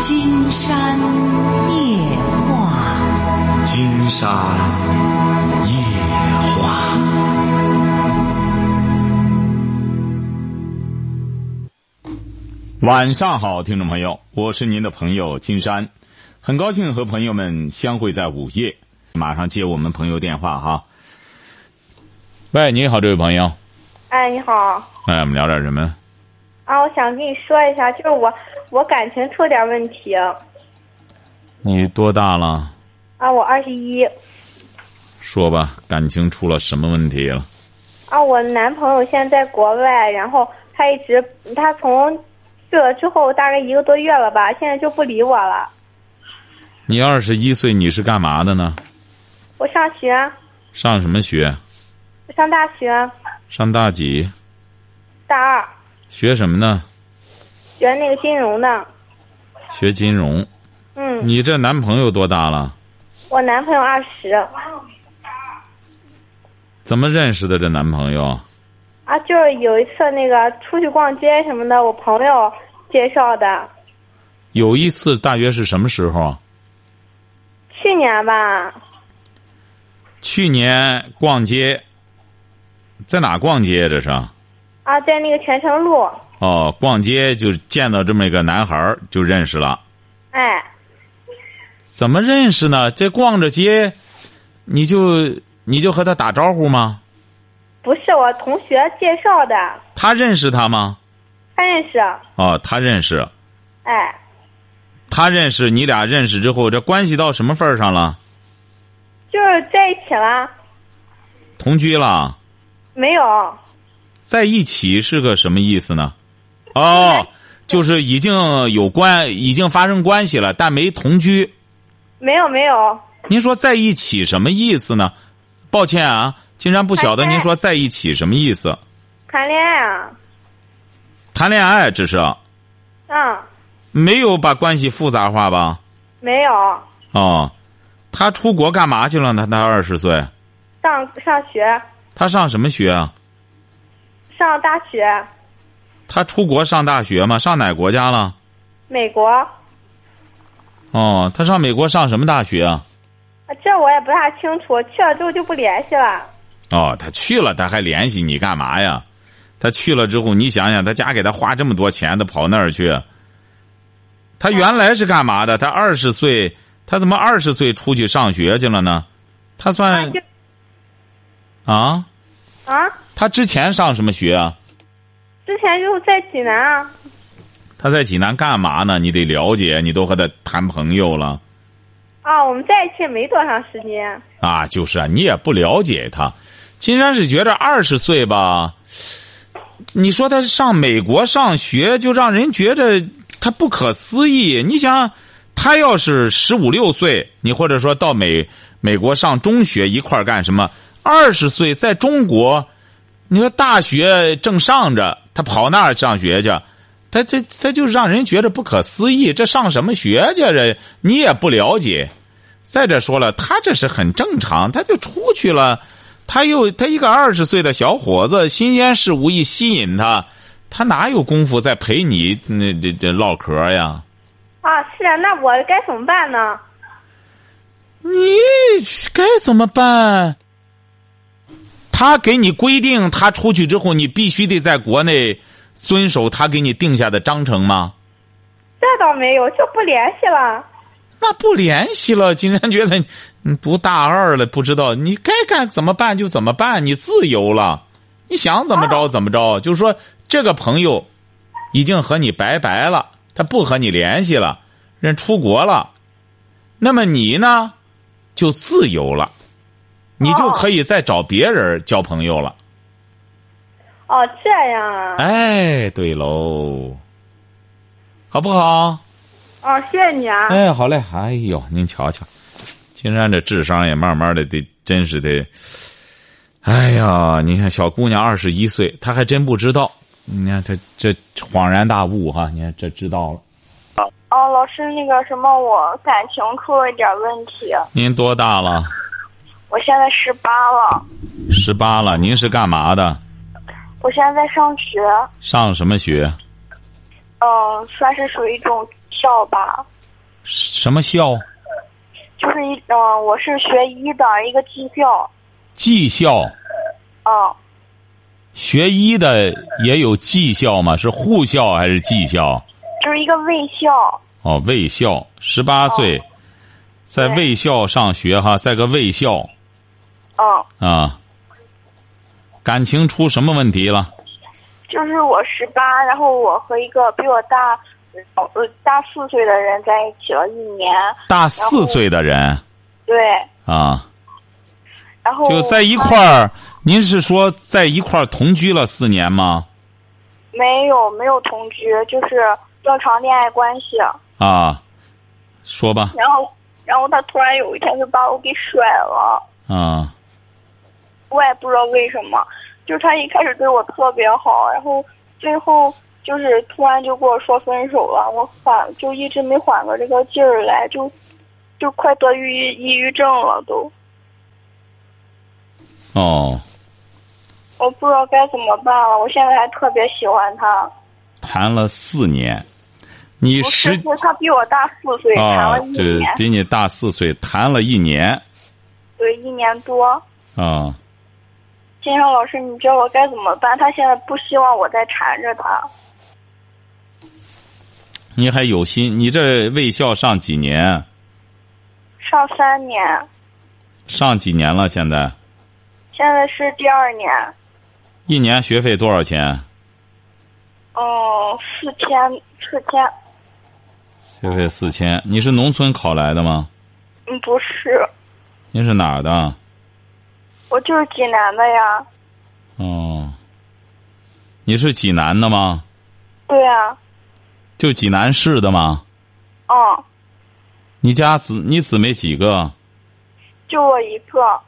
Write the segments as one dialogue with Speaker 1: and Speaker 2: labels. Speaker 1: 金山夜话，
Speaker 2: 金山夜话。晚上好，听众朋友，我是您的朋友金山，很高兴和朋友们相会在午夜。马上接我们朋友电话哈。喂，你好，这位朋友。
Speaker 3: 哎，你好
Speaker 2: 哎，我们聊点什么？
Speaker 3: 啊！我想跟你说一下，就是我我感情出点问题啊！
Speaker 2: 你多大了？
Speaker 3: 我二十一
Speaker 2: 说吧，感情出了什么问题了？
Speaker 3: 啊！我男朋友现在在国外，然后他一直他从去了之后大概一个多月了吧，现在就不理我了。
Speaker 2: 你二十一岁，你是干嘛的呢？
Speaker 3: 我上学，
Speaker 2: 上什么学？
Speaker 3: 我上大学，
Speaker 2: 上大几？
Speaker 3: 大二
Speaker 2: 学什么呢？
Speaker 3: 学那个金融的。
Speaker 2: 学金融。
Speaker 3: 嗯，
Speaker 2: 你这男朋友多大了？
Speaker 3: 我男朋友二十
Speaker 2: 怎么认识的这男朋友？
Speaker 3: 啊，就是有一次那个出去逛街什么的，我朋友介绍的，
Speaker 2: 有一次大约是什么时候？
Speaker 3: 去年吧，
Speaker 2: 去年逛街，在哪逛街？这是？
Speaker 3: 啊，在那个泉城路，
Speaker 2: 哦，逛街就见到这么一个男孩儿就认识了。
Speaker 3: 哎。
Speaker 2: 怎么认识呢？这逛着街，你就你就和他打招呼吗？
Speaker 3: 不是我同学介绍的，
Speaker 2: 他认识他吗？
Speaker 3: 他认识。
Speaker 2: 哦，他认识，
Speaker 3: 哎，
Speaker 2: 他认识你俩认识之后，这关系到什么份儿上了？
Speaker 3: 就是在一起啦，
Speaker 2: 同居了？
Speaker 3: 没有，
Speaker 2: 在一起是个什么意思呢？哦，就是已经有关，已经发生关系了，但没同居。
Speaker 3: 没有，没有。
Speaker 2: 您说在一起什么意思呢？抱歉啊，竟然不晓得
Speaker 3: 谈恋爱
Speaker 2: 您说在一起什么意思？
Speaker 3: 谈恋爱啊，
Speaker 2: 谈恋爱只是
Speaker 3: 嗯，
Speaker 2: 没有把关系复杂化吧？
Speaker 3: 没有。
Speaker 2: 哦，他出国干嘛去了呢？他二十岁，
Speaker 3: 上上学，
Speaker 2: 他上什么学啊？
Speaker 3: 上大学，
Speaker 2: 他出国上大学吗？上哪国家了？
Speaker 3: 美国，啊
Speaker 2: 哦，他上美国上什么大学啊？
Speaker 3: 这我也不大清楚。去了之后就不联系了。
Speaker 2: 哦，他去了，他还联系你干嘛呀？他去了之后，你想想，他家给他花这么多钱，他跑那儿去。他原来是干嘛的？他二十岁，他怎么二十岁出去上学去了呢？他
Speaker 3: 啊
Speaker 2: 算
Speaker 3: 就
Speaker 2: 啊？
Speaker 3: 啊，
Speaker 2: 他之前上什么学啊？
Speaker 3: 之前就是在济南啊，
Speaker 2: 他在济南干嘛呢？你得了解，你都和他谈朋友了
Speaker 3: 啊，我们在一起没多长时间。
Speaker 2: 啊？就是啊，你也不了解他。金山是觉得二十岁吧，你说他上美国上学，就让人觉着他不可思议。你想，他要是十五六岁，你或者说到美美国上中学一块儿干什么？二十岁在中国，你说大学正上着，他跑那儿上学去，他这他就让人觉着不可思议。这上什么学去？这你也不了解。再者说了，他这是很正常，他就出去了。他又他一个二十岁的小伙子，新鲜事物一吸引他，他哪有功夫再陪你那这这唠嗑呀？
Speaker 3: 啊，是啊，那我该怎么办呢？
Speaker 2: 你该怎么办？他给你规定，他出去之后，你必须得在国内遵守他给你定下的章程吗？
Speaker 3: 这倒没有，就不联系了。
Speaker 2: 那不联系了，竟然觉得你 你读大二了，不知道你该干怎么办就怎么办，你自由了，你想怎么着怎么着。就是说，这个朋友已经和你拜拜了，他不和你联系了，人出国了，那么你呢，就自由了，你就
Speaker 3: 哦
Speaker 2: 可以再找别人交朋友了。
Speaker 3: 哦，这样啊。
Speaker 2: 哎，对喽，好不好？
Speaker 3: 哦，谢谢你啊。
Speaker 2: 哎，好嘞，哎呦，您瞧瞧，金山这智商也慢慢的得，真是得，哎呀，你看小姑娘二十一岁，她还真不知道，你看她这恍然大悟哈、你看这知道了。
Speaker 4: 哦，老师，那个什么，我感情出了一点问题，
Speaker 2: 您多大了？
Speaker 4: 我现在十八了，
Speaker 2: 十八了，您是干嘛的？
Speaker 4: 我现在在上学，
Speaker 2: 上什么学？
Speaker 4: 嗯，算是属于一种小
Speaker 3: 校吧，
Speaker 2: 什么校？
Speaker 3: 就是一嗯、我是学医的一个技校，
Speaker 2: 技校，
Speaker 3: 嗯，
Speaker 2: 学医的也有技校吗？是护校还是技校？
Speaker 3: 就是一个卫校，
Speaker 2: 哦，卫校，十八岁，在
Speaker 3: 对
Speaker 2: 卫校上学哈，在个卫校
Speaker 3: 嗯，
Speaker 2: 啊。感情出什么问题了？
Speaker 3: 就是我十八，然后我和一个比我大呃大四岁的人在一起了一年，
Speaker 2: 大四岁的人
Speaker 3: 对，
Speaker 2: 啊，
Speaker 3: 然后
Speaker 2: 就在一块儿。您是说在一块儿同居了四年吗？
Speaker 3: 没有没有同居，就是正常恋爱关系。
Speaker 2: 啊，说吧
Speaker 3: 然后，然后他突然有一天就把我给甩了，
Speaker 2: 啊，
Speaker 3: 我也不知道为什么。就是他一开始对我特别好，然后最后就是突然就跟我说分手了，我缓就一直没缓过这个劲儿来，就就快得抑郁抑郁症了都，
Speaker 2: 哦，
Speaker 3: 我不知道该怎么办了。我现在还特别喜欢他，
Speaker 2: 谈了四年，你
Speaker 3: 我
Speaker 2: 十
Speaker 3: 是他比我大四岁，谈
Speaker 2: 啊
Speaker 3: 了一，
Speaker 2: 这
Speaker 3: 年，
Speaker 2: 比你大四岁，谈了一年
Speaker 3: 对一年多。
Speaker 2: 啊。
Speaker 3: 金山老师，你教我该怎么办？他现在不希望我再缠着他。
Speaker 2: 你还有心？你这卫校上几年？
Speaker 3: 上三年，
Speaker 2: 上几年了？现在
Speaker 3: 现在是第二年，
Speaker 2: 一年学费多少钱？
Speaker 3: 嗯，四千，四千，
Speaker 2: 学费四千。你是农村考来的吗？
Speaker 3: 嗯，不是，
Speaker 2: 您是哪儿的？
Speaker 3: 我就是济南的呀。
Speaker 2: 哦，你是济南的吗？
Speaker 3: 对呀、
Speaker 2: 就济南市的吗？
Speaker 3: 嗯，
Speaker 2: 你家姊你姊妹几个？
Speaker 3: 就我一个，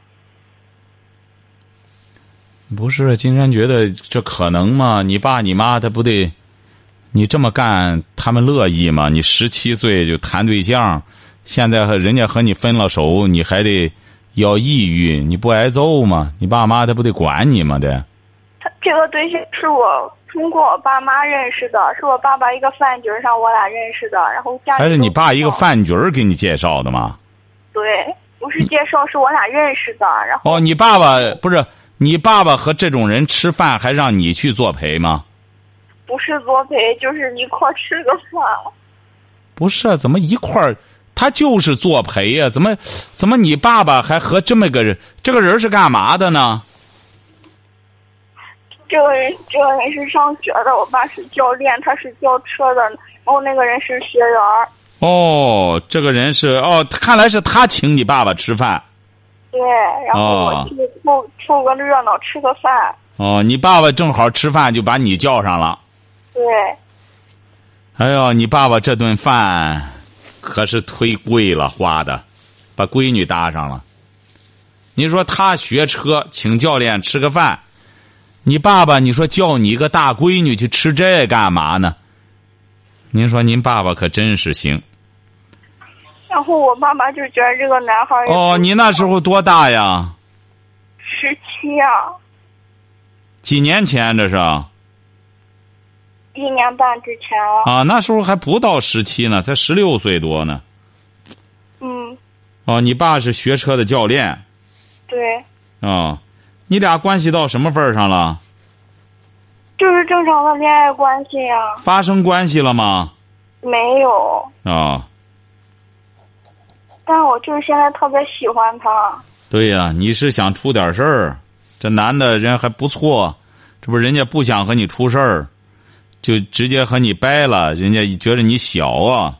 Speaker 2: 不是，金山觉得这可能吗？你爸你妈他不得，你这么干他们乐意吗？你十七岁就谈对象，现在和人家和你分了手，你还得要抑郁，你不挨揍吗？你爸妈他不得管你吗？得，
Speaker 3: 他这个对象是我通过我爸妈认识的，是我爸爸一个饭局上我俩认识的，然后家里
Speaker 2: 还是
Speaker 3: 都
Speaker 2: 你爸
Speaker 3: 知
Speaker 2: 一个
Speaker 3: 道？
Speaker 2: 饭局儿给你介绍的吗？
Speaker 3: 对，不是介绍，是我俩认识 的，然后
Speaker 2: 哦，你爸爸不是你爸爸和这种人吃饭还让你去作陪吗？
Speaker 3: 不是作陪，就是一块儿吃个饭。
Speaker 2: 不是啊，怎么一块儿？他就是作陪呀、怎么怎么你爸爸还和这么个人？这个人是干嘛的呢？
Speaker 3: 这个人，这个人是上学的，我爸是教练，他是教车的，然后那个人是学员儿。
Speaker 2: 哦，这个人是哦，看来是他请你爸爸吃饭。
Speaker 3: 对，然后
Speaker 2: 哦
Speaker 3: 我去凑凑个热闹，吃个饭。
Speaker 2: 哦，你爸爸正好吃饭就把你叫上了。
Speaker 3: 对，
Speaker 2: 哎呦，你爸爸这顿饭可是忒贵了，花的，把闺女搭上了。你说他学车，请教练吃个饭，你爸爸你说叫你一个大闺女去吃这干嘛呢？您说您爸爸可真是行
Speaker 3: 然后我妈妈就觉得这个男孩儿也
Speaker 2: 哦！你那时候多大呀？
Speaker 3: 十七啊，
Speaker 2: 几年前这是啊？
Speaker 3: 一年半之前了。
Speaker 2: 那时候还不到十七呢，才十六岁多呢。
Speaker 3: 嗯，
Speaker 2: 哦，你爸是学车的教练
Speaker 3: 对，
Speaker 2: 哦，你俩关系到什么份儿上了？
Speaker 3: 就是正常的恋爱关系呀、
Speaker 2: 发生关系了吗？
Speaker 3: 没有。
Speaker 2: 啊、
Speaker 3: 但我就是现在特别喜欢他。
Speaker 2: 对呀、你是想出点事儿，这男的人还不错，这不人家不想和你出事儿，就直接和你掰了，人家觉得你小啊。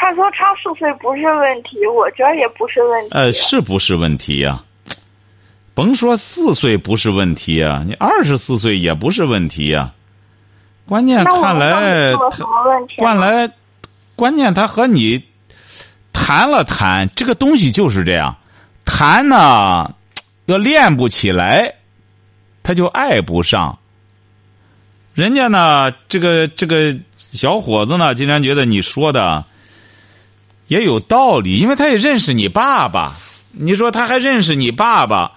Speaker 3: 他说差四岁不是问题，我觉得也不是问题。
Speaker 2: 呃，是不是问题呀、甭说四岁不是问题呀、你二十四岁也不是问题呀、关键
Speaker 3: 那我
Speaker 2: 看
Speaker 3: 们到
Speaker 2: 来
Speaker 3: 底出了什么问题呢？啊
Speaker 2: 关来，关键他和你谈了谈，这个东西就是这样，谈呢要练不起来，他就爱不上。人家呢，这个这个小伙子呢，竟然觉得你说的也有道理，因为他也认识你爸爸。你说他还认识你爸爸，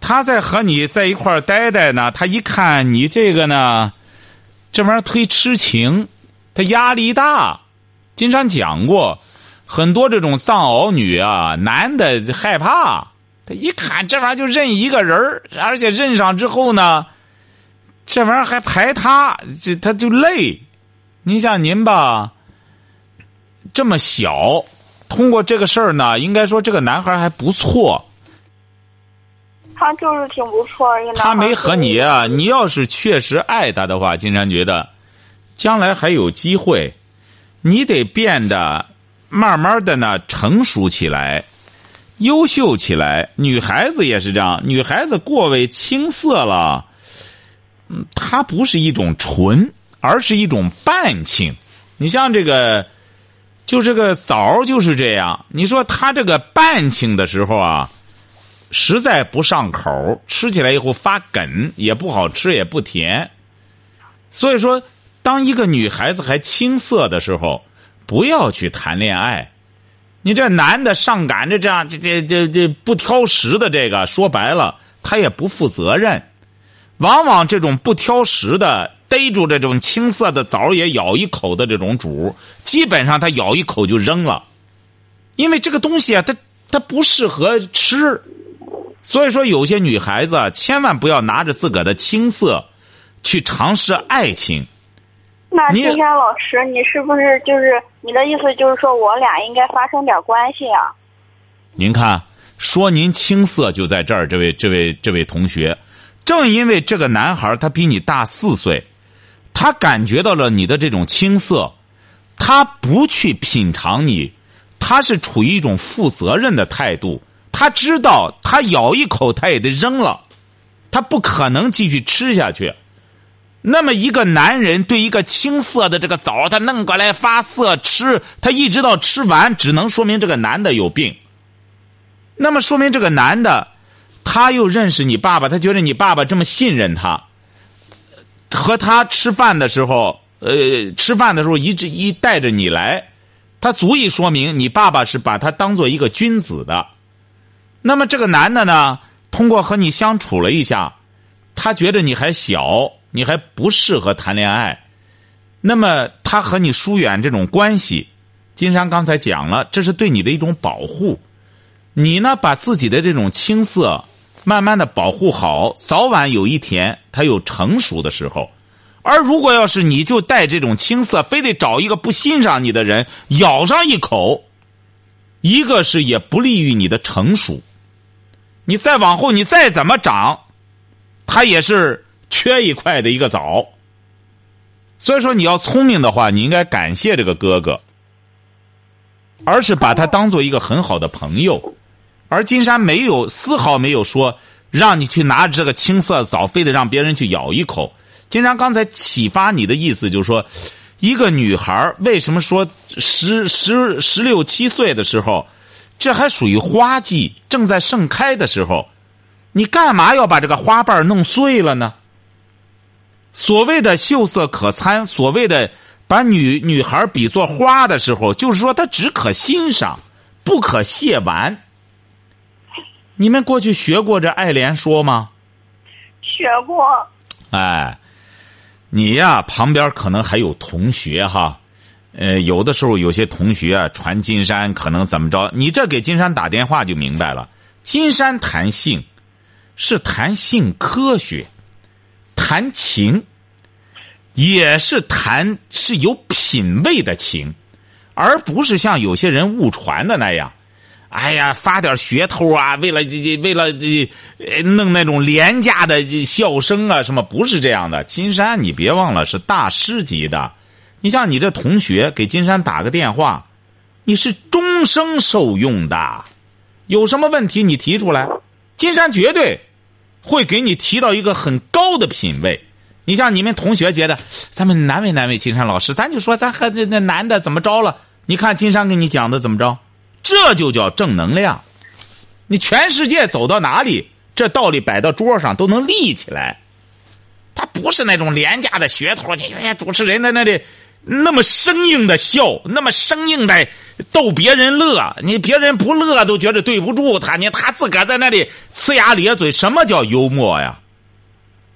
Speaker 2: 他在和你在一块儿待待呢，他一看你这个呢，这玩意儿忒痴情，她压力大。金山讲过，很多这种丧偶女啊，男的害怕，他一看这玩意儿就认一个人儿，而且认上之后呢，这玩意儿还排他，这他就累。您像您吧，这么小，通过这个事儿呢，应该说这个男孩还不错。
Speaker 3: 他就是挺不错一个男孩
Speaker 2: 他没和你啊，你要是确实爱他的话，金山觉得将来还有机会。你得变得慢慢的呢成熟起来，优秀起来。女孩子也是这样，女孩子过为青涩了，嗯，它不是一种纯，而是一种半情。你像这个，就这个枣就是这样。你说他这个半情的时候啊，实在不上口，吃起来以后发梗，也不好吃，也不甜。所以说。当一个女孩子还青涩的时候，不要去谈恋爱。你这男的上赶着这样，这这这这不挑食的这个，说白了他也不负责任。往往这种不挑食的，逮住这种青涩的枣也咬一口的这种主，基本上他咬一口就扔了，因为这个东西啊，它它不适合吃。所以说，有些女孩子啊，千万不要拿着自个的青涩去尝试爱情。
Speaker 3: 那
Speaker 2: 你
Speaker 3: 金山老师，你是不是就是你的意思就是说我俩应该发生点关系啊？
Speaker 2: 您看，说您青涩就在这儿，这位这位这位同学，正因为这个男孩儿他比你大四岁，他感觉到了你的这种青涩，他不去品尝你，他是处于一种负责任的态度，他知道他咬一口他也得扔了，他不可能继续吃下去。那么一个男人对一个青涩的这个枣，他弄过来发涩吃，他一直到吃完，只能说明这个男的有病。那么说明这个男的，他又认识你爸爸，他觉得你爸爸这么信任他，和他吃饭的时候，呃，吃饭的时候一直一带着你来，他足以说明你爸爸是把他当做一个君子的。那么这个男的呢，通过和你相处了一下，他觉得你还小，你还不适合谈恋爱，那么他和你疏远这种关系，金山刚才讲了，这是对你的一种保护。你呢，把自己的这种青涩，慢慢的保护好，早晚有一天他有成熟的时候。而如果要是你就带这种青涩，非得找一个不欣赏你的人咬上一口，一个是也不利于你的成熟。你再往后，你再怎么长，它也是缺一块的一个枣。所以说，你要聪明的话，你应该感谢这个哥哥，而是把他当做一个很好的朋友。而金山没有丝毫没有说让你去拿着这个青色枣，非得让别人去咬一口。金山刚才启发你的意思就是说，一个女孩儿为什么说十十十六七岁的时候，这还属于花季，正在盛开的时候，你干嘛要把这个花瓣儿弄碎了呢？所谓的秀色可餐，所谓的把女女孩比作花的时候，就是说她只可欣赏，不可亵玩。你们过去学过这爱莲说吗？
Speaker 3: 学过，
Speaker 2: 哎，你呀，旁边可能还有同学哈，呃，有的时候有些同学啊，传金山可能怎么着，你这给金山打电话就明白了。金山谈性，是谈性科学，谈情，也是谈是有品位的情，而不是像有些人误传的那样。哎呀，发点噱头啊！为了这这，为了这呃弄那种廉价的这笑声啊，什么不是这样的。金山，你别忘了是大师级的。你像你这同学给金山打个电话，你是终生受用的。有什么问题你提出来，金山绝对会给你提到一个很高的品位。你像你们同学觉得，咱们难为难为金山老师，咱就说咱和这那男的怎么着了？你看金山给你讲的怎么着？这就叫正能量。你全世界走到哪里，这道理摆到桌上都能立起来。它不是那种廉价的噱头，你人家主持人在那里那么生硬的笑，那么生硬的逗别人乐，你别人不乐都觉得对不住他，你他自个儿在那里呲牙咧嘴。什么叫幽默呀？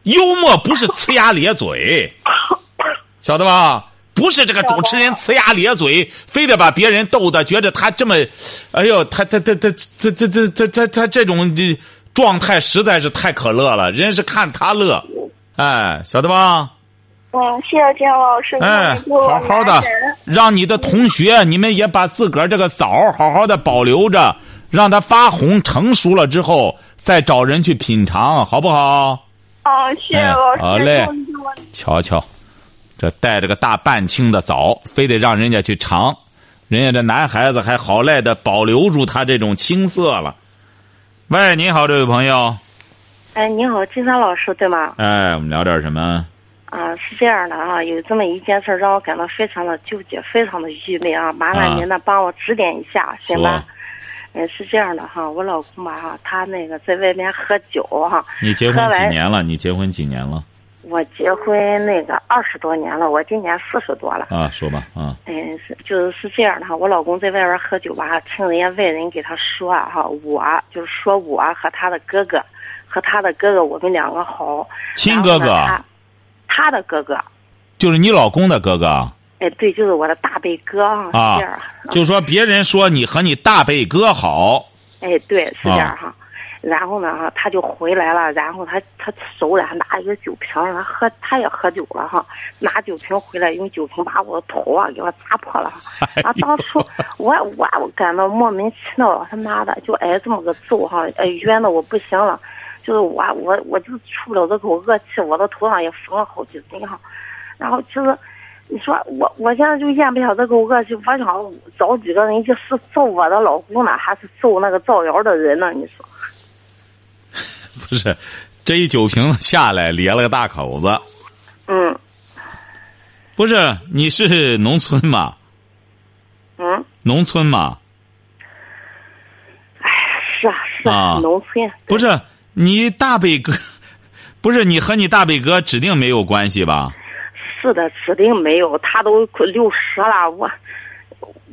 Speaker 2: 幽默不是呲牙咧嘴，晓得吧？不是这个主持人呲牙咧嘴，非得把别人逗得觉得他这么，哎呦，他他他他他他他他他他这种这状态实在是太可乐了，人家是看他乐，哎，晓得吧？
Speaker 3: 嗯，谢谢金阳老师，
Speaker 2: 哎
Speaker 3: 你给我
Speaker 2: 好好的
Speaker 3: 男神
Speaker 2: 让你的同学，你们也把自个儿这个枣儿好好的保留着，让它发红成熟了之后，再找人去品尝，好不好？
Speaker 3: 啊，谢谢
Speaker 2: 哎
Speaker 3: 老师，
Speaker 2: 好嘞
Speaker 3: 祝你我
Speaker 2: 瞧瞧，这带着个大半青的枣，非得让人家去尝，人家这男孩子还好赖的保留住他这种青涩了。喂，你好，这位朋友，
Speaker 5: 哎，你好，金山老师对吗？
Speaker 2: 哎，我们聊点什么？
Speaker 5: 啊，是这样的啊，有这么一件事儿让我感到非常的纠结，非常的郁闷啊，麻
Speaker 2: 啊
Speaker 5: 烦您呢帮我指点一下，行
Speaker 2: 说
Speaker 5: 吧？嗯，是这样的哈，我老公吧哈，他那个在外面喝酒哈，
Speaker 2: 你结婚
Speaker 5: 喝
Speaker 2: 几
Speaker 5: 完
Speaker 2: 年了？你结婚几年了？
Speaker 5: 我结婚那个二十多年了，我今年四十多了。
Speaker 2: 啊，说吧，啊，
Speaker 5: 嗯，是就是这样的哈，我老公在外边喝酒吧，听人家外人给他说啊哈，我就是说我和他的哥哥，和他的哥哥我们两个好，
Speaker 2: 亲哥哥啊
Speaker 5: 然后呢他他的哥哥，
Speaker 2: 就是你老公的哥哥啊。
Speaker 5: 哎，对，就是我的大贝哥啊，
Speaker 2: 啊
Speaker 5: 是这样。
Speaker 2: 就说别人说你和你大贝哥好，
Speaker 5: 哎，对，是这样哈。然后呢，哈，他就回来了，然后他他手里还拿一个酒瓶儿，然后喝他也喝酒了哈，拿酒瓶回来，用酒瓶把我的头啊给我砸破了。啊，当初我我我感到莫名其妙，他妈的就挨这么个揍哈，哎冤的我不行了，就是我我我就出不了这口恶气，我的头上也缝了好几针哈。然后其实你说我我现在就咽不下这口恶气，我想找几个人，一是揍我的老公呢，还是揍那个造谣的人呢？你说，
Speaker 2: 不是？这一酒瓶子下来，裂了个大口子。
Speaker 5: 嗯
Speaker 2: 不是，你是农村吗？
Speaker 5: 嗯，
Speaker 2: 农村吗？
Speaker 5: 哎，是啊是
Speaker 2: 啊
Speaker 5: 农村
Speaker 2: 不是，你大贝哥， 不是你和你大贝哥指定没有关系吧？
Speaker 5: 是的，指定没有，他都快六十了，我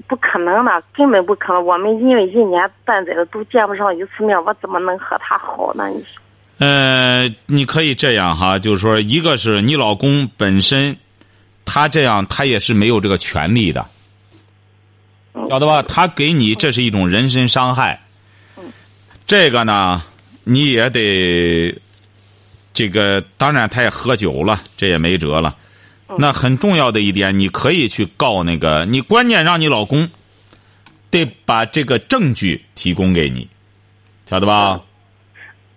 Speaker 5: 不可能的，根本不可能。我们因为一年半载的都见不上一次面，我怎么能和他好呢？你说，
Speaker 2: 呃，你可以这样哈，就是说，一个是你老公本身，他这样他也是没有这个权利的，晓得吧？他给你这是一种人身伤害，这个呢，你也得，这个当然他也喝酒了，这也没辙了。那很重要的一点，你可以去告那个，你关键让你老公得把这个证据提供给你，晓得吧？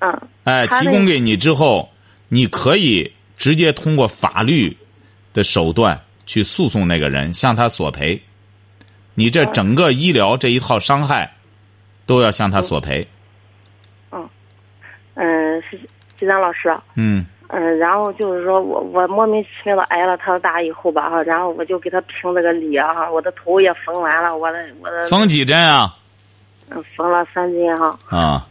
Speaker 5: 嗯，
Speaker 2: 哎，
Speaker 5: 他
Speaker 2: 提
Speaker 5: 那
Speaker 2: 供给你之后，你可以直接通过法律的手段去诉讼那个人，向他索赔。你这整个医疗这一套伤害，都要向他索赔。
Speaker 5: 嗯，是金山老师，啊
Speaker 2: 嗯，
Speaker 5: 嗯，然后就是说我我莫名其妙的挨了他打以后吧哈，然后我就给他评了个理啊哈，我的头也缝完了，我的我的
Speaker 2: 缝几针啊？
Speaker 5: 嗯缝了三针哈，
Speaker 2: 啊，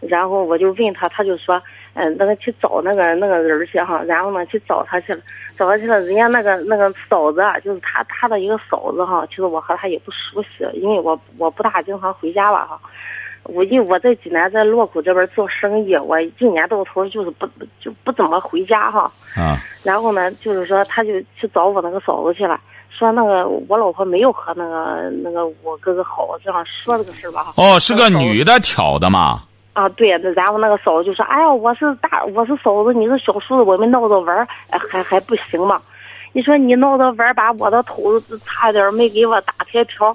Speaker 5: 然后我就问他，他就说，嗯、那个去找那个那个人儿去哈，然后呢去找他去了，找他去了，人家那个那个嫂子啊，就是他他的一个嫂子哈，其实我和他也不熟悉，因为我我不大经常回家吧哈。我因为我在济南，在洛口这边做生意，我一年到头就是不就不怎么回家哈。
Speaker 2: 啊，
Speaker 5: 然后呢，就是说他就去找我那个嫂子去了，说那个我老婆没有和那个那个我哥哥好，这样说这个事儿吧。
Speaker 2: 哦，是个女的挑的嘛？
Speaker 5: 啊，对，那然后那个嫂子就说：“哎呀，我是大，我是嫂子，你是小叔子，我们闹着玩儿，哎还还不行吗？你说你闹着玩儿，把我的头差点没给我打开瓢，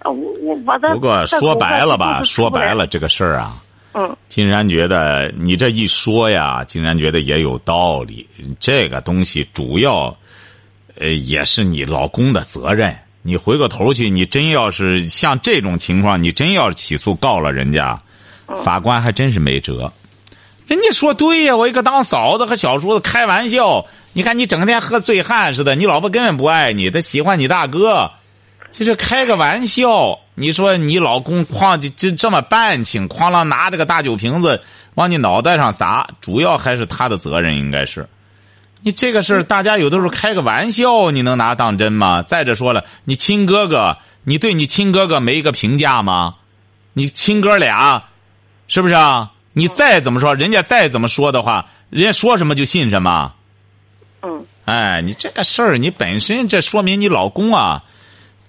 Speaker 5: 啊我我我的
Speaker 2: 不过
Speaker 5: 这
Speaker 2: 说
Speaker 5: 口
Speaker 2: 白
Speaker 5: 子
Speaker 2: 了
Speaker 5: 就
Speaker 2: 吧，
Speaker 5: 是出
Speaker 2: 说
Speaker 5: 不来
Speaker 2: 白了，这个事儿啊，
Speaker 5: 嗯，
Speaker 2: 竟然觉得你这一说呀，竟然觉得也有道理。这个东西主要，呃，也是你老公的责任。你回过头去，你真要是像这种情况，你真要起诉告了人家，
Speaker 5: 嗯
Speaker 2: 法官还真是没辙。人家说对呀、我一个当嫂子和小叔子开玩笑。你看你整天和醉汉似的，你老婆根本不爱你，她喜欢你大哥，就是开个玩笑。你说你老公哐就就这么半请，哐啷拿着个大酒瓶子往你脑袋上砸，主要还是他的责任应该是。你这个事儿，大家有的时候开个玩笑，你能拿当真吗？再者说了，你亲哥哥，你对你亲哥哥没一个评价吗？你亲哥俩，是不是啊？你再怎么说，人家再怎么说的话，人家说什么就信什么。
Speaker 5: 嗯，
Speaker 2: 哎、哎，你这个事儿，你本身这说明你老公啊，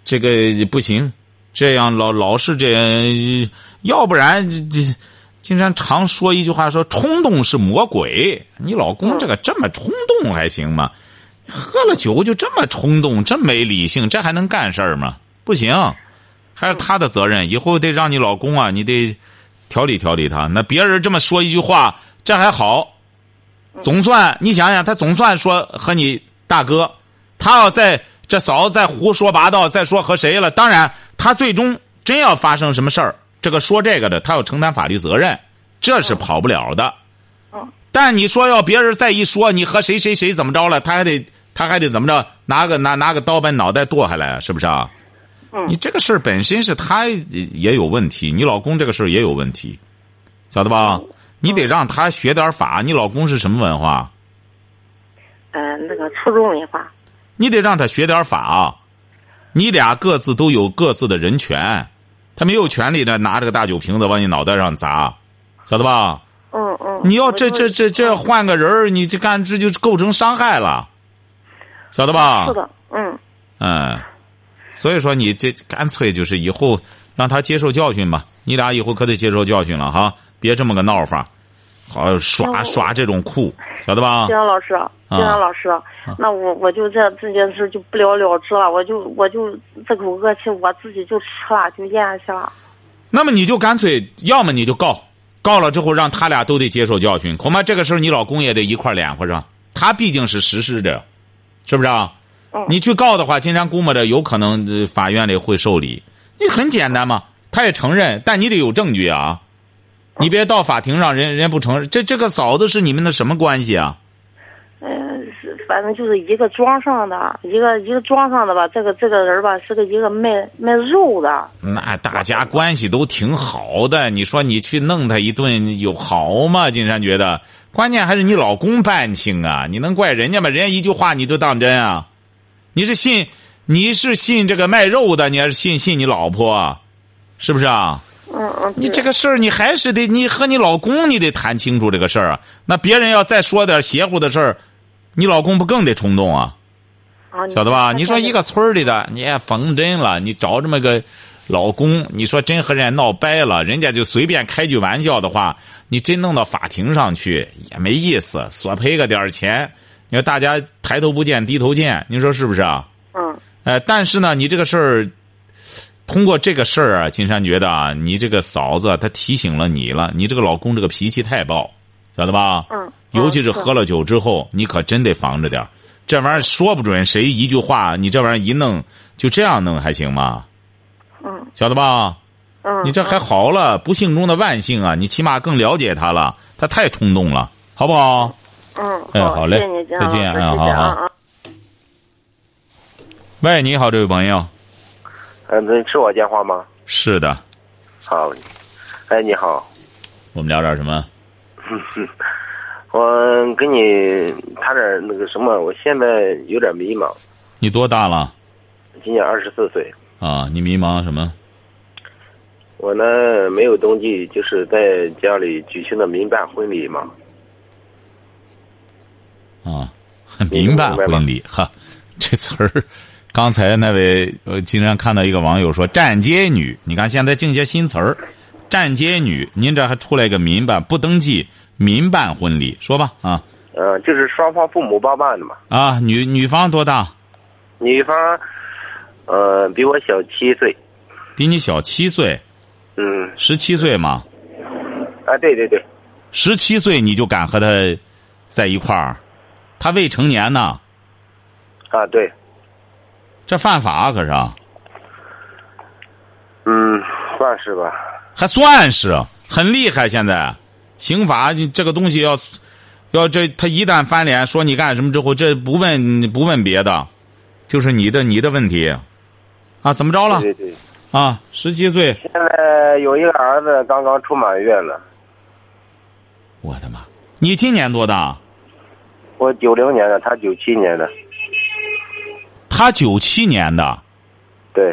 Speaker 2: 这个不行，这样老老是这样，要不然这这，金山常说一句话说，冲动是魔鬼。你老公这个这么冲动还行吗？喝了酒就这么冲动，这没理性，这还能干事儿吗？不行，还是他的责任。以后得让你老公啊，你得调理调理他。那别人这么说一句话，这还好，总算你想想，他总算说和你大哥，他要再这嫂子再胡说八道，再说和谁了？当然，他最终真要发生什么事儿，这个说这个的，他要承担法律责任，这是跑不了的。但你说要别人再一说你和谁谁谁怎么着了，他还得他还得怎么着，拿个拿拿个刀把你脑袋剁下来，是不是啊？
Speaker 5: 嗯
Speaker 2: 你这个事儿本身是他也有问题，你老公这个事儿也有问题，晓得吧？你得让他学点法。你老公是什么文化？
Speaker 5: 呃，那个初中文化，
Speaker 2: 你得让他学点法。啊你俩各自都有各自的人权，他没有权利的拿着个大酒瓶子往你脑袋上砸，晓得吧？
Speaker 5: 嗯嗯。
Speaker 2: 你要
Speaker 5: 我嗯
Speaker 2: 这这
Speaker 5: 就
Speaker 2: 这这换个人儿，你这干这就构成伤害了，晓得吧
Speaker 5: 是？的，嗯
Speaker 2: 嗯，所以说你这干脆就是以后让他接受教训吧。你俩以后可得接受教训了哈，别这么个闹法，好耍
Speaker 5: 我
Speaker 2: 耍这种酷，晓得吧
Speaker 5: 金？阳老
Speaker 2: 啊
Speaker 5: 师，金阳老师，那我我就这这件事就不了了之了，我就我就这口恶气我自己就吃了，就咽下去了。
Speaker 2: 那么你就干脆，要么你就告，告了之后让他俩都得接受教训。恐怕这个时候你老公也得一块儿脸和上，他毕竟是实施者，是不是啊？
Speaker 5: 嗯
Speaker 2: 你去告的话，金山估摸着有可能呃法院里会受理。你很简单嘛，他也承认，但你得有证据啊，你别到法庭上人人家不承认。这这个嫂子是你们的什么关系啊？
Speaker 5: 嗯，是反正就是一个庄上的，一个一个庄上的吧。这个这个人吧，是个一个卖卖肉的。
Speaker 2: 那大家关系都挺好的，你说你去弄他一顿有好吗？金山觉得，关键还是你老公办清啊，你能怪人家吗？人家一句话你都当真啊？你是信你是信这个卖肉的，你还是信信你老婆啊？是不是啊？
Speaker 5: 嗯嗯，
Speaker 2: 你
Speaker 5: 对
Speaker 2: 这个事儿，你还是得你和你老公，你得谈清楚这个事儿啊。那别人要再说点邪乎的事儿，你老公不更得冲动啊？
Speaker 5: 啊，你
Speaker 2: 晓得吧？你说
Speaker 5: 看看
Speaker 2: 一个村儿里的，你也缝针了，你找这么个老公，你说真和人家闹掰了，人家就随便开句玩笑的话，你真弄到法庭上去也没意思，索赔个点儿钱，你说大家抬头不见低头见，你说是不是啊？
Speaker 5: 嗯
Speaker 2: 呃，但是呢，你这个事儿，通过这个事儿啊，金山觉得啊，你这个嫂子她提醒了你了，你这个老公这个脾气太暴，晓得吧？
Speaker 5: 嗯
Speaker 2: 尤其是
Speaker 5: 嗯是
Speaker 2: 喝了酒之后，你可真得防着点儿这玩意儿说不准谁一句话，你这玩意儿一弄就这样弄还行吗？
Speaker 5: 嗯
Speaker 2: 晓得吧？
Speaker 5: 嗯，
Speaker 2: 你这还好了，不幸中的万幸啊！你起码更了解他了，他太冲动了，好不好？
Speaker 5: 嗯
Speaker 2: 哎好嘞
Speaker 5: 谢谢你金
Speaker 2: 再
Speaker 5: 阳
Speaker 2: 见
Speaker 5: 老
Speaker 2: 啊
Speaker 5: 师谢谢
Speaker 2: 好好
Speaker 5: 啊。
Speaker 2: 喂，你好，这位朋友，
Speaker 6: 嗯，那是我电话吗？
Speaker 2: 是的，
Speaker 6: 好，哎，你好，
Speaker 2: 我们聊点什么？
Speaker 6: 我跟你谈点那个什么，我现在有点迷茫，
Speaker 2: 你多大了
Speaker 6: 今年二十四岁，
Speaker 2: 啊？你迷茫什么？
Speaker 6: 我呢没有登记，就是在家里举行的民办婚礼嘛。
Speaker 2: 啊，很民办婚礼哈，这词儿。刚才那位，呃，经常看到一个网友说“站街女”，你看现在净些新词儿，“站街女”，您这还出来一个民办不登记民办婚礼，说吧啊
Speaker 6: 嗯、就是双方父母包办的嘛。
Speaker 2: 啊，女女方多大？
Speaker 6: 女方，呃，比我小七岁。
Speaker 2: 比你小七岁，
Speaker 6: 嗯，
Speaker 2: 十七岁嘛，
Speaker 6: 啊，对对对，
Speaker 2: 十七岁你就敢和她在一块儿，她未成年呢，
Speaker 6: 啊对，
Speaker 2: 这犯法可是啊，
Speaker 6: 嗯，算是吧。
Speaker 2: 还算是很厉害。现在刑法你这个东西要要这，他一旦翻脸说你干什么之后，这不问不问别的，就是你的你的问题啊，怎么着了
Speaker 6: 对对对，
Speaker 2: 啊？十七岁，
Speaker 6: 现在有一个儿子刚刚出满月了，
Speaker 2: 我的妈！你今年多大？
Speaker 6: 我九零年的，他九七年的，
Speaker 2: 他九七年的。
Speaker 6: 对。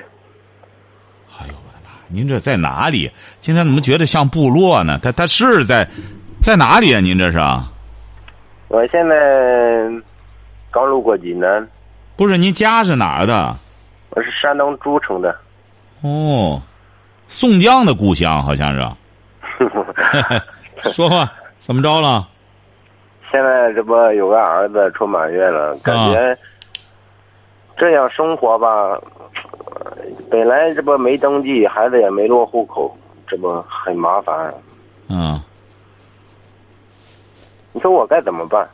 Speaker 2: 哎呦我的妈！您这在哪里？今天怎么觉得像部落呢？他他是在在哪里啊？您这是？
Speaker 6: 我现在刚路过济南，
Speaker 2: 不是您家是哪儿的？
Speaker 6: 我是山东诸城的。
Speaker 2: 哦，宋江的故乡好像是。 说吧，怎么着了？
Speaker 6: 现在这不有个儿子出满月了，感觉这样生活吧，呃本来这不没登记，孩子也没落户口，这不很麻烦。
Speaker 2: 嗯，
Speaker 6: 你说我该怎么办？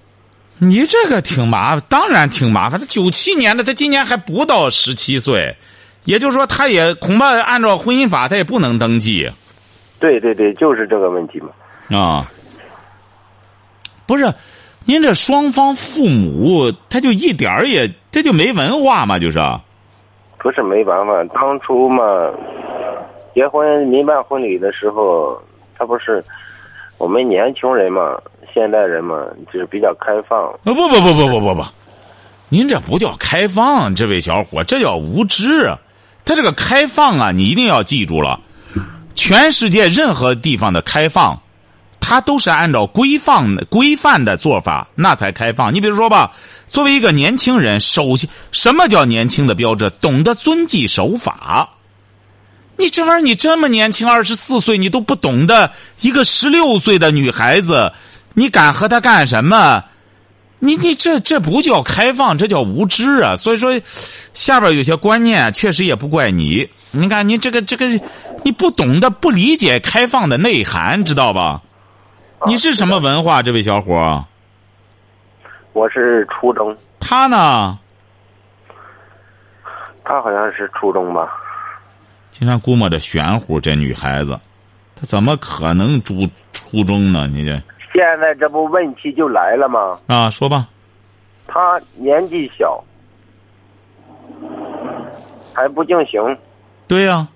Speaker 2: 你这个挺麻，当然挺麻烦。他九七年的，他今年还不到十七岁，也就是说，他也恐怕按照婚姻法，他也不能登记。
Speaker 6: 对对对，就是这个问题嘛。
Speaker 2: 啊，不是，您这双方父母他就一点儿也，这就没文化嘛，就是。啊
Speaker 6: 不是没办法，当初嘛，结婚民办婚礼的时候，他不是我们年轻人嘛，现代人嘛，就是比较开放。
Speaker 2: 呃不不不不不不不，您这不叫开放，这位小伙，这叫无知。啊他这个开放啊，你一定要记住了，全世界任何地方的开放，它都是按照规范的规范的做法，那才开放。你比如说吧，作为一个年轻人，首先什么叫年轻的标志？懂得遵纪守法。你这玩意儿，你这么年轻，二十四岁，你都不懂得一个十六岁的女孩子，你敢和她干什么？你你这这不叫开放，这叫无知啊！所以说，下边有些观念啊确实也不怪你。你看，你这个这个，你不懂得、不理解开放的内涵，知道吧？你是什么文化，这位小伙儿？
Speaker 6: 我是初中，
Speaker 2: 他呢，
Speaker 6: 他好像是初中吧？
Speaker 2: 经常估摸着玄乎这女孩子，她怎么可能初初中呢？你这
Speaker 6: 现在这不问题就来了吗？
Speaker 2: 啊，说吧，
Speaker 6: 他年纪小，还不定型。
Speaker 2: 对呀、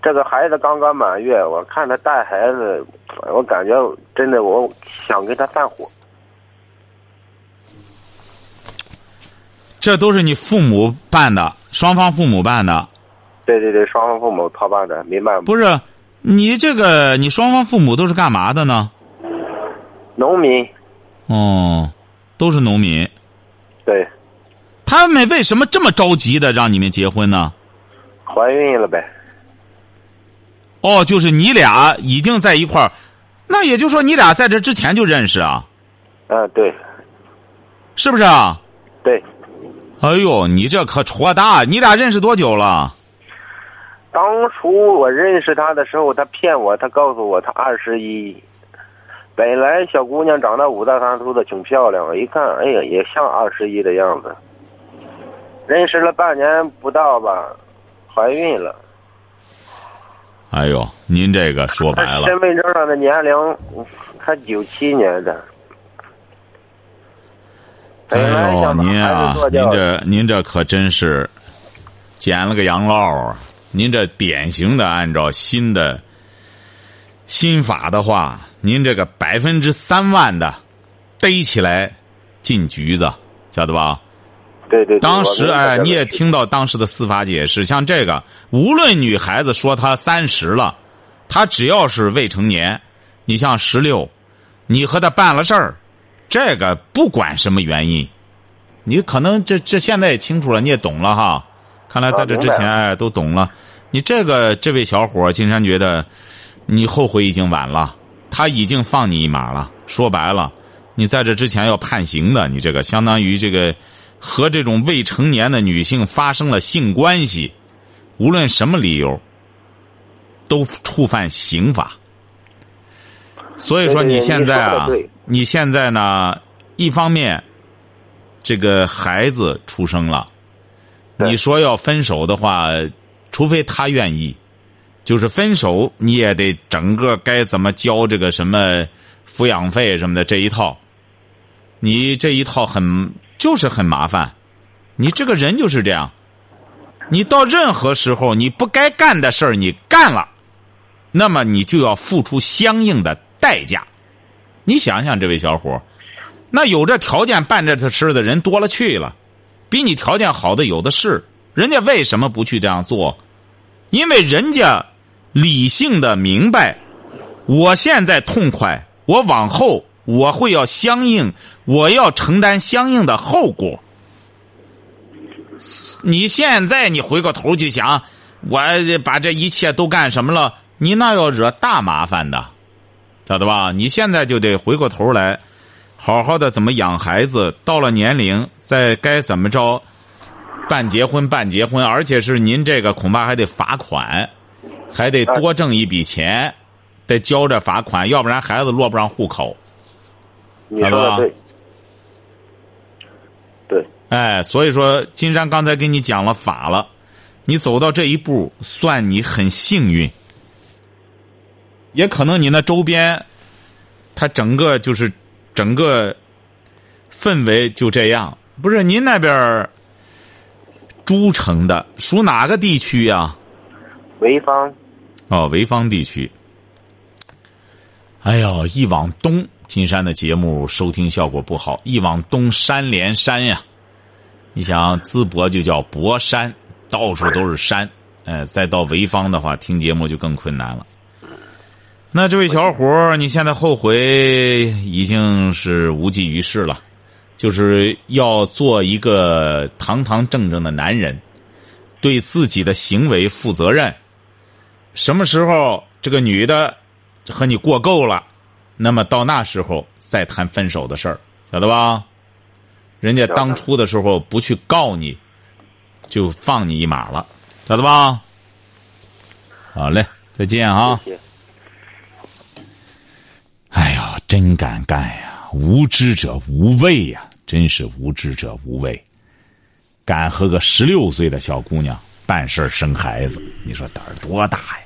Speaker 6: 这个孩子刚刚满月，我看他带孩子，我感觉真的我想跟他散伙。
Speaker 2: 这都是你父母办的，双方父母办的，
Speaker 6: 对对对，双方父母操办的，民办
Speaker 2: 不是？你这个你双方父母都是干嘛的呢？
Speaker 6: 农民，
Speaker 2: 哦，都是农民，
Speaker 6: 对，
Speaker 2: 他们为什么这么着急的让你们结婚呢？
Speaker 6: 怀孕了呗。
Speaker 2: 哦，就是你俩已经在一块儿，那也就是说你俩在这之前就认识啊，
Speaker 6: 嗯，对，
Speaker 2: 是不是啊？
Speaker 6: 对，
Speaker 2: 哎呦，你这可戳大！你俩认识多久了？
Speaker 6: 当初我认识他的时候，他骗我，他告诉我他二十一。本来小姑娘长得五大三粗的，挺漂亮，我一看，哎呀，也像二十一的样子。认识了半年不到吧，怀孕了。
Speaker 2: 哎呦，您这个说白了，
Speaker 6: 身份证上的年龄，他九七年的。
Speaker 2: 哎
Speaker 6: 本来
Speaker 2: 呦，
Speaker 6: 想把
Speaker 2: 您
Speaker 6: 孩
Speaker 2: 啊
Speaker 6: 子做，
Speaker 2: 您
Speaker 6: 掉的
Speaker 2: 这您这可真是捡了个洋捞儿。您这典型的按照新的新法的话，您这个百分之三万的逮起来进局子，晓得吧？
Speaker 6: 对对对，
Speaker 2: 当
Speaker 6: 我
Speaker 2: 时
Speaker 6: 明白
Speaker 2: 哎，
Speaker 6: 这个
Speaker 2: 你也
Speaker 6: 问题
Speaker 2: 听到当时的司法解释，像这个，无论女孩子说她三十了，她只要是未成年，你像十六，你和她办了事儿，这个不管什么原因，你可能这这现在也清楚了，你也懂了哈。看来在这之前、
Speaker 6: 啊
Speaker 2: 哎都懂了。你这个这位小伙儿，金山觉得你后悔已经晚了，他已经放你一马了。说白了，你在这之前要判刑的，你这个相当于这个和这种未成年的女性发生了性关系，无论什么理由，都触犯刑法。所以说，
Speaker 6: 对对
Speaker 2: 你
Speaker 6: 对
Speaker 2: 现
Speaker 6: 你说
Speaker 2: 在
Speaker 6: 得
Speaker 2: 啊
Speaker 6: 对，
Speaker 2: 你现在呢，一方面，这个孩子出生了，
Speaker 6: 对
Speaker 2: 你说要分手的话，除非他愿意，就是分手你也得整个该怎么交这个什么抚养费什么的这一套，你这一套很就是很麻烦，你这个人就是这样，你到任何时候你不该干的事儿你干了，那么你就要付出相应的代价。你想想，这位小伙儿，那有这条件办这事儿的人多了去了。比你条件好的有的是，人家为什么不去这样做？因为人家理性的明白，我现在痛快，我往后我会要相应，我要承担相应的后果。你现在你回过头去想，我把这一切都干什么了？你那要惹大麻烦的，晓得吧？你现在就得回过头来，好好的怎么养孩子，到了年龄再该怎么着，办结婚办结婚，而且是您这个恐怕还得罚款，还得多挣一笔钱，得交这罚款，要不然孩子落不上户口。
Speaker 6: 你说的对，对，
Speaker 2: 哎，所以说金山刚才跟你讲了法了，你走到这一步，算你很幸运。也可能你那周边，他整个就是整个氛围就这样。不是您那边诸城的属哪个地区呀、啊？
Speaker 6: 潍坊。
Speaker 2: 哦，潍坊地区。哎呦，一往东，金山的节目收听效果不好。一往东，山连山呀。你想，淄博就叫博山，到处都是山。哎，再到潍坊的话，听节目就更困难了。那这位小伙儿，你现在后悔已经是无济于事了，就是要做一个堂堂正正的男人，对自己的行为负责任。什么时候这个女的和你过够了，那么到那时候再谈分手的事儿，晓得吧？人家当初的时候不去告你，就放你一马了，晓得吧？好嘞，再见啊！
Speaker 6: 谢谢
Speaker 2: 哎呦，真敢干呀！无知者无畏呀，真是无知者无畏。敢和个十六岁的小姑娘办事生孩子，你说胆儿多大呀？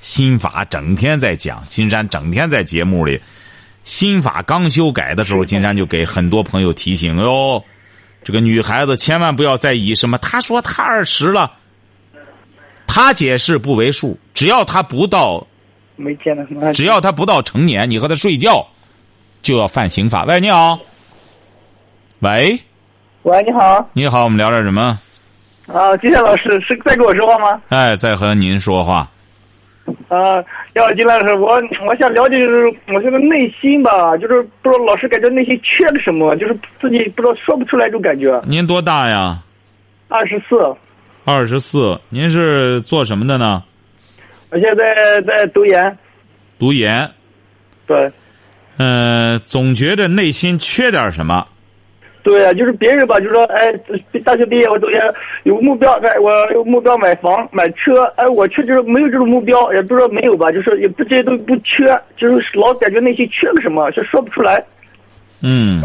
Speaker 2: 新法整天在讲，金山整天在节目里。新法刚修改的时候，金山就给很多朋友提醒哟：这个女孩子千万不要再以什么她说她二十了，她解释不为数，只要她不到。
Speaker 7: 没见到什么。
Speaker 2: 只要他不到成年，你和他睡觉，就要犯刑法。喂，你好。喂。
Speaker 7: 喂，你好。
Speaker 2: 你好，我们聊点什么？
Speaker 7: 啊，金山老师是在跟我说话吗？
Speaker 2: 哎，在和您说话。
Speaker 7: 啊，要金老师，我我想了解就是我这个内心吧，就是不知道老师感觉内心缺了什么，就是自己不知道说不出来这种感觉。
Speaker 2: 您多大呀？
Speaker 7: 二十四。
Speaker 2: 二十四，您是做什么的呢？
Speaker 7: 我现在在读研，
Speaker 2: 读研，
Speaker 7: 对，
Speaker 2: 呃，总觉着内心缺点什么。
Speaker 7: 对啊，就是别人吧，就说哎，大学毕业我读研有目标，哎，我有目标买房买车，哎，我确实没有这种目标，也不是说没有吧，就是也不这些都不缺，就是老感觉内心缺个什么，就说不出来。
Speaker 2: 嗯，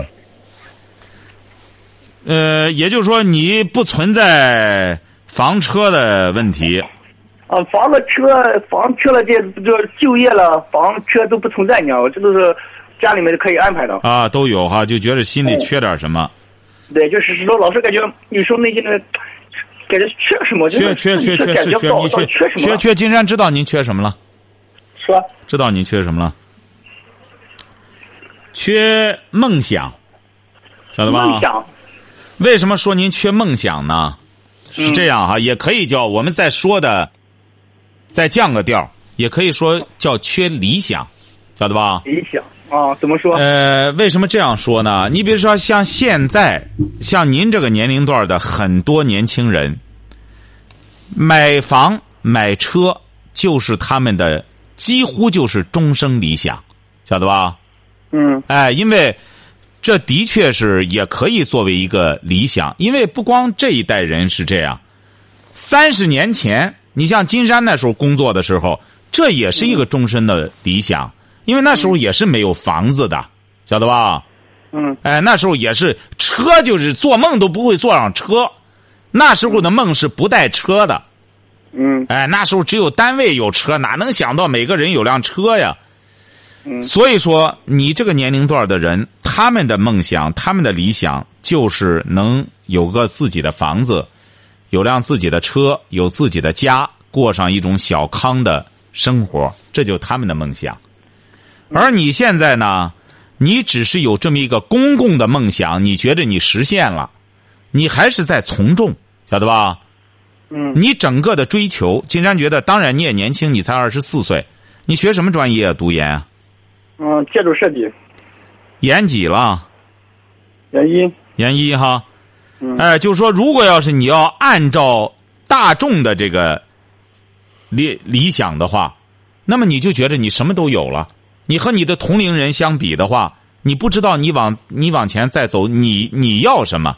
Speaker 2: 呃，也就是说你不存在房车的问题。
Speaker 7: 啊，房子、车、房车了，这这就业了，房车都不存在，你知道吗？这都是家里面可以安排的
Speaker 2: 啊，都有哈，就觉得心里缺点什么。
Speaker 7: 嗯、对，就是说，老是感觉有时候内心的感觉缺什么，
Speaker 2: 缺缺缺缺
Speaker 7: 缺
Speaker 2: 缺你缺
Speaker 7: 缺
Speaker 2: 缺缺金山知道您缺什么了，
Speaker 7: 说
Speaker 2: 知道您缺什么了，缺梦想，晓得吧？
Speaker 7: 梦想。
Speaker 2: 为什么说您缺梦想呢？是这样哈，嗯、也可以叫我们在说的。再降个调，也可以说叫缺理想，晓得吧？
Speaker 7: 理想啊、哦，怎么说？
Speaker 2: 呃，为什么这样说呢？你比如说，像现在，像您这个年龄段的很多年轻人，买房买车就是他们的几乎就是终生理想，晓得吧？
Speaker 7: 嗯。
Speaker 2: 哎，因为这的确是也可以作为一个理想，因为不光这一代人是这样，三十年前。你像金山那时候工作的时候，这也是一个终身的理想，因为那时候也是没有房子的，晓得吧？
Speaker 7: 嗯，
Speaker 2: 哎，那时候也是车，就是做梦都不会坐上车，那时候的梦是不带车的。
Speaker 7: 嗯，
Speaker 2: 哎，那时候只有单位有车，哪能想到每个人有辆车呀？所以说，你这个年龄段的人，他们的梦想，他们的理想，就是能有个自己的房子。有辆自己的车，有自己的家，过上一种小康的生活，这就是他们的梦想。而你现在呢，你只是有这么一个公共的梦想，你觉得你实现了，你还是在从众，晓得
Speaker 7: 吧？嗯。
Speaker 2: 你整个的追求，金山觉得，当然你也年轻，你才二十四岁，你学什么专业、啊？读研、啊？
Speaker 7: 嗯，建筑设计。
Speaker 2: 延几了？
Speaker 7: 原因，
Speaker 2: 研一哈，
Speaker 7: 嗯
Speaker 2: 哎，就说如果要是你要按照大众的这个理理想的话，那么你就觉得你什么都有了。你和你的同龄人相比的话，你不知道你往你往前再走，你你要什么，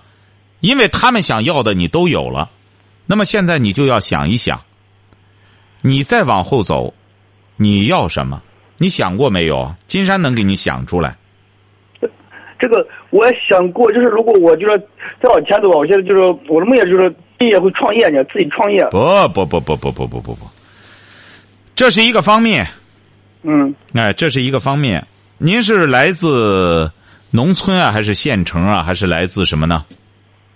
Speaker 2: 因为他们想要的你都有了。那么现在你就要想一想，你再往后走，你要什么？你想过没有？金山能给你想出来。
Speaker 7: 这个我也想过，就是如果我就是再往前走，我现在就是我的梦想就是毕业会创业呢，自己创业。
Speaker 2: 不不不不不不不不不，这是一个方面，
Speaker 7: 嗯，
Speaker 2: 哎，这是一个方面。您是来自农村啊，还是县城啊，还是来自什么呢？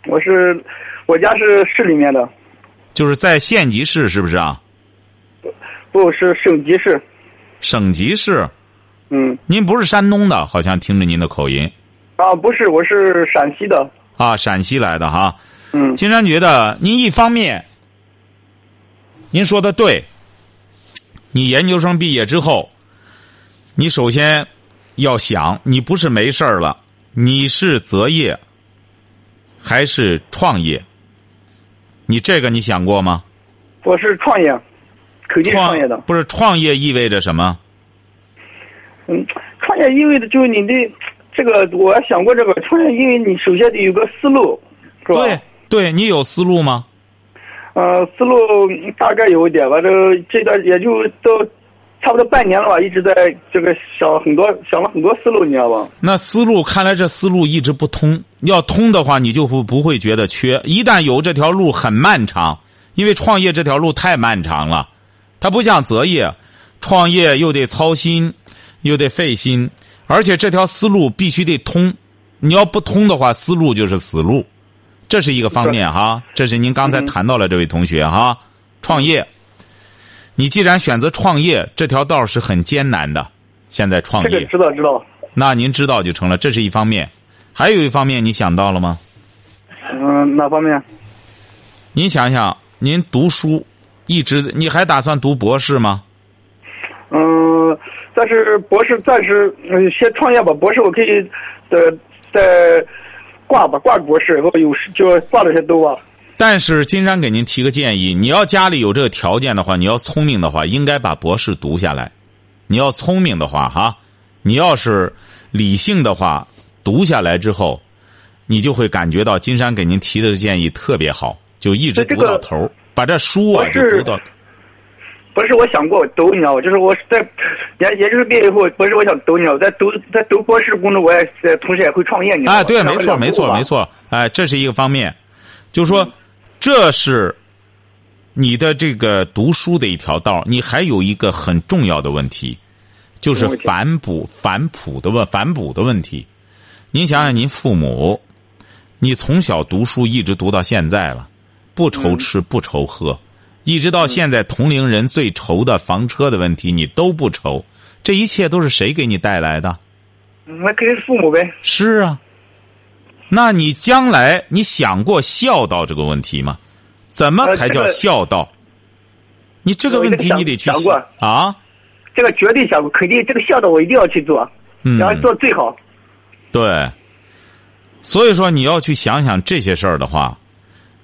Speaker 7: 我是我家是市里面的，
Speaker 2: 就是在县级市是不是啊？
Speaker 7: 不是省级市。
Speaker 2: 省级市，
Speaker 7: 嗯，
Speaker 2: 您不是山东的，好像听着您的口音
Speaker 7: 啊，不是，我是陕西的。
Speaker 2: 啊，陕西来的哈。
Speaker 7: 嗯
Speaker 2: 金山觉得您一方面，您说的对，你研究生毕业之后，你首先要想，你不是没事儿了，你是择业还是创业？你这个你想过吗？
Speaker 7: 我是创业，肯定是
Speaker 2: 创
Speaker 7: 创业的。
Speaker 2: 不是创业意味着什么？
Speaker 7: 嗯，创业意味着就是你的这个，我想过这个创业，因为你首先得有个思路，是吧？
Speaker 2: 对，对你有思路吗？
Speaker 7: 呃，思路嗯大概有一点吧，这个这段也就都差不多半年了吧，一直在这个想很多，想了很多思路，你知道吧？
Speaker 2: 那思路看来这思路一直不通，要通的话，你就不不会觉得缺。一旦有这条路很漫长，因为创业这条路太漫长了，它不像择业，创业又得操心，又得费心，而且这条思路必须得通。你要不通的话，思路就是死路，这是一个方面哈。这是您刚才谈到了这位同学哈，创业，你既然选择创业，这条道是很艰难的。现在创
Speaker 7: 这
Speaker 2: 业，
Speaker 7: 个知道知道。
Speaker 2: 那您知道就成了，这是一方面。还有一方面，你想到了吗？
Speaker 7: 嗯、哪方面？
Speaker 2: 您想想，您读书一直，你还打算读博士吗？
Speaker 7: 嗯、但是博士暂时、嗯先创业吧，博士我可以呃再挂吧，挂个博士，以后有时就挂了些啊都吧。
Speaker 2: 但是金山给您提个建议，你要家里有这个条件的话，你要聪明的话，应该把博士读下来。你要聪明的话，哈，你要是理性的话，读下来之后，你就会感觉到金山给您提的建议特别好，就一直
Speaker 7: 那这
Speaker 2: 读
Speaker 7: 个
Speaker 2: 到头儿，把这书啊
Speaker 7: 博
Speaker 2: 就
Speaker 7: 士
Speaker 2: 读到。
Speaker 7: 博士，我想过我读，你知道吧？就是我在 研研究生毕业以后，博士我想读，你知道吧，在读在读博士工作，我也呃同时也会创业，你知道吧？
Speaker 2: 哎，对，没错，
Speaker 7: 两个
Speaker 2: 没错，
Speaker 7: 吧嗯
Speaker 2: 没。错。哎，这是一个方面，就说这是你的这个读书的一条道儿。你还有一个很重要的问题，就是
Speaker 7: 什么问题
Speaker 2: 反哺反哺的问反哺的问题。您想
Speaker 7: 嗯
Speaker 2: 想，您父母，你从小读书一直读到现在了，不
Speaker 7: 嗯
Speaker 2: 愁吃不愁喝，一直到现在同龄人最愁的房车的问题，你都不愁。这一切都是谁给你带来的？
Speaker 7: 嗯那肯定是父母呗。
Speaker 2: 是啊，那你将来你想过孝道这个问题吗？怎么
Speaker 7: 呃
Speaker 2: 才
Speaker 7: 这
Speaker 2: 叫
Speaker 7: 个
Speaker 2: 孝道？你这个
Speaker 7: 我一
Speaker 2: 问
Speaker 7: 直
Speaker 2: 题
Speaker 7: 想
Speaker 2: 你得去
Speaker 7: 想过
Speaker 2: 啊，
Speaker 7: 这个绝对想过，肯定这个孝道我一定要去做，啊
Speaker 2: 嗯
Speaker 7: 然，后做最好。
Speaker 2: 对。所以说你要去想想这些事儿的话，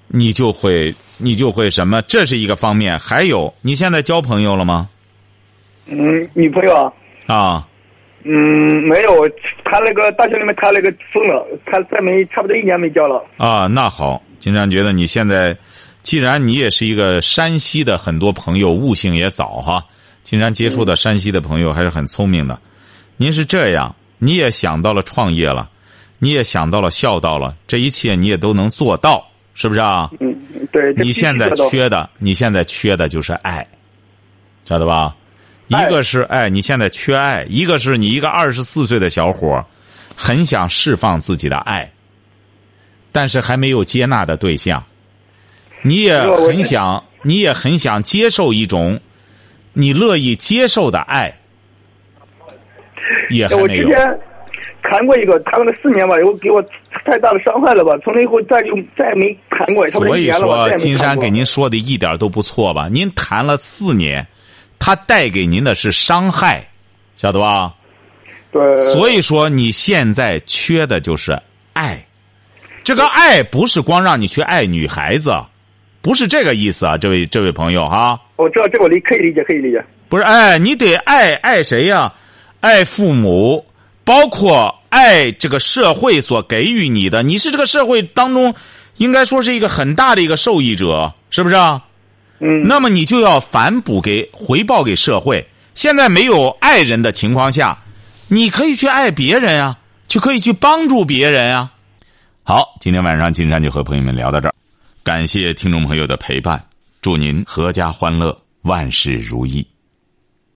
Speaker 2: 你就会你就会什么？这是一个方面。还有，你现在交朋友了吗？
Speaker 7: 嗯，女朋友啊，
Speaker 2: 啊，
Speaker 7: 嗯，没有，谈了个大学里面谈了个疯了，谈再没差不多一年没交了。
Speaker 2: 啊，那好，金山觉得你现在，既然你也是一个山西的，很多朋友悟性也早哈，金山接触的山西的朋友还是很聪明的。您是这样，你也想到了创业了，你也想到了孝道了，这一切你也都能做到，是不是啊？
Speaker 7: 嗯，对。这
Speaker 2: 你
Speaker 7: 必须
Speaker 2: 现在
Speaker 7: 做到
Speaker 2: 缺的，你现在缺的就是爱，晓得吧？一
Speaker 7: 爱
Speaker 2: 个是爱，你现在缺爱；一个是你一个二十四岁的小伙儿，很想释放自己的爱，但是还没有接纳的对象。你也
Speaker 7: 我我
Speaker 2: 很想，你也很想接受一种你乐意接受的爱，也还
Speaker 7: 哎我
Speaker 2: 没
Speaker 7: 之
Speaker 2: 有。
Speaker 7: 前谈过一个，谈了四年吧，然后给我太大的伤害了吧，从那以后再就再也没谈过，差不多
Speaker 2: 所
Speaker 7: 一
Speaker 2: 以
Speaker 7: 年了吧，
Speaker 2: 说
Speaker 7: 再，也没
Speaker 2: 金
Speaker 7: 谈
Speaker 2: 山
Speaker 7: 过
Speaker 2: 给您说的一点都不错吧？您谈了四年，他带给您的是伤害，晓得吧？
Speaker 7: 对，
Speaker 2: 所以说，你现在缺的就是爱。这个爱不是光让你去爱女孩子，不是这个意思啊，这位这位朋友哈、
Speaker 7: 我知道这我理可以理解，可以理解。
Speaker 2: 不是，哎，你得爱爱谁呀、爱父母，包括爱这个社会所给予你的。你是这个社会当中，应该说是一个很大的一个受益者，是不是啊？
Speaker 7: 嗯，
Speaker 2: 那么你就要反哺给回报给社会。现在没有爱人的情况下，你可以去爱别人啊，就可以去帮助别人啊。好，今天晚上金山就和朋友们聊到这儿，感谢听众朋友的陪伴，祝您阖家欢乐，万事如意。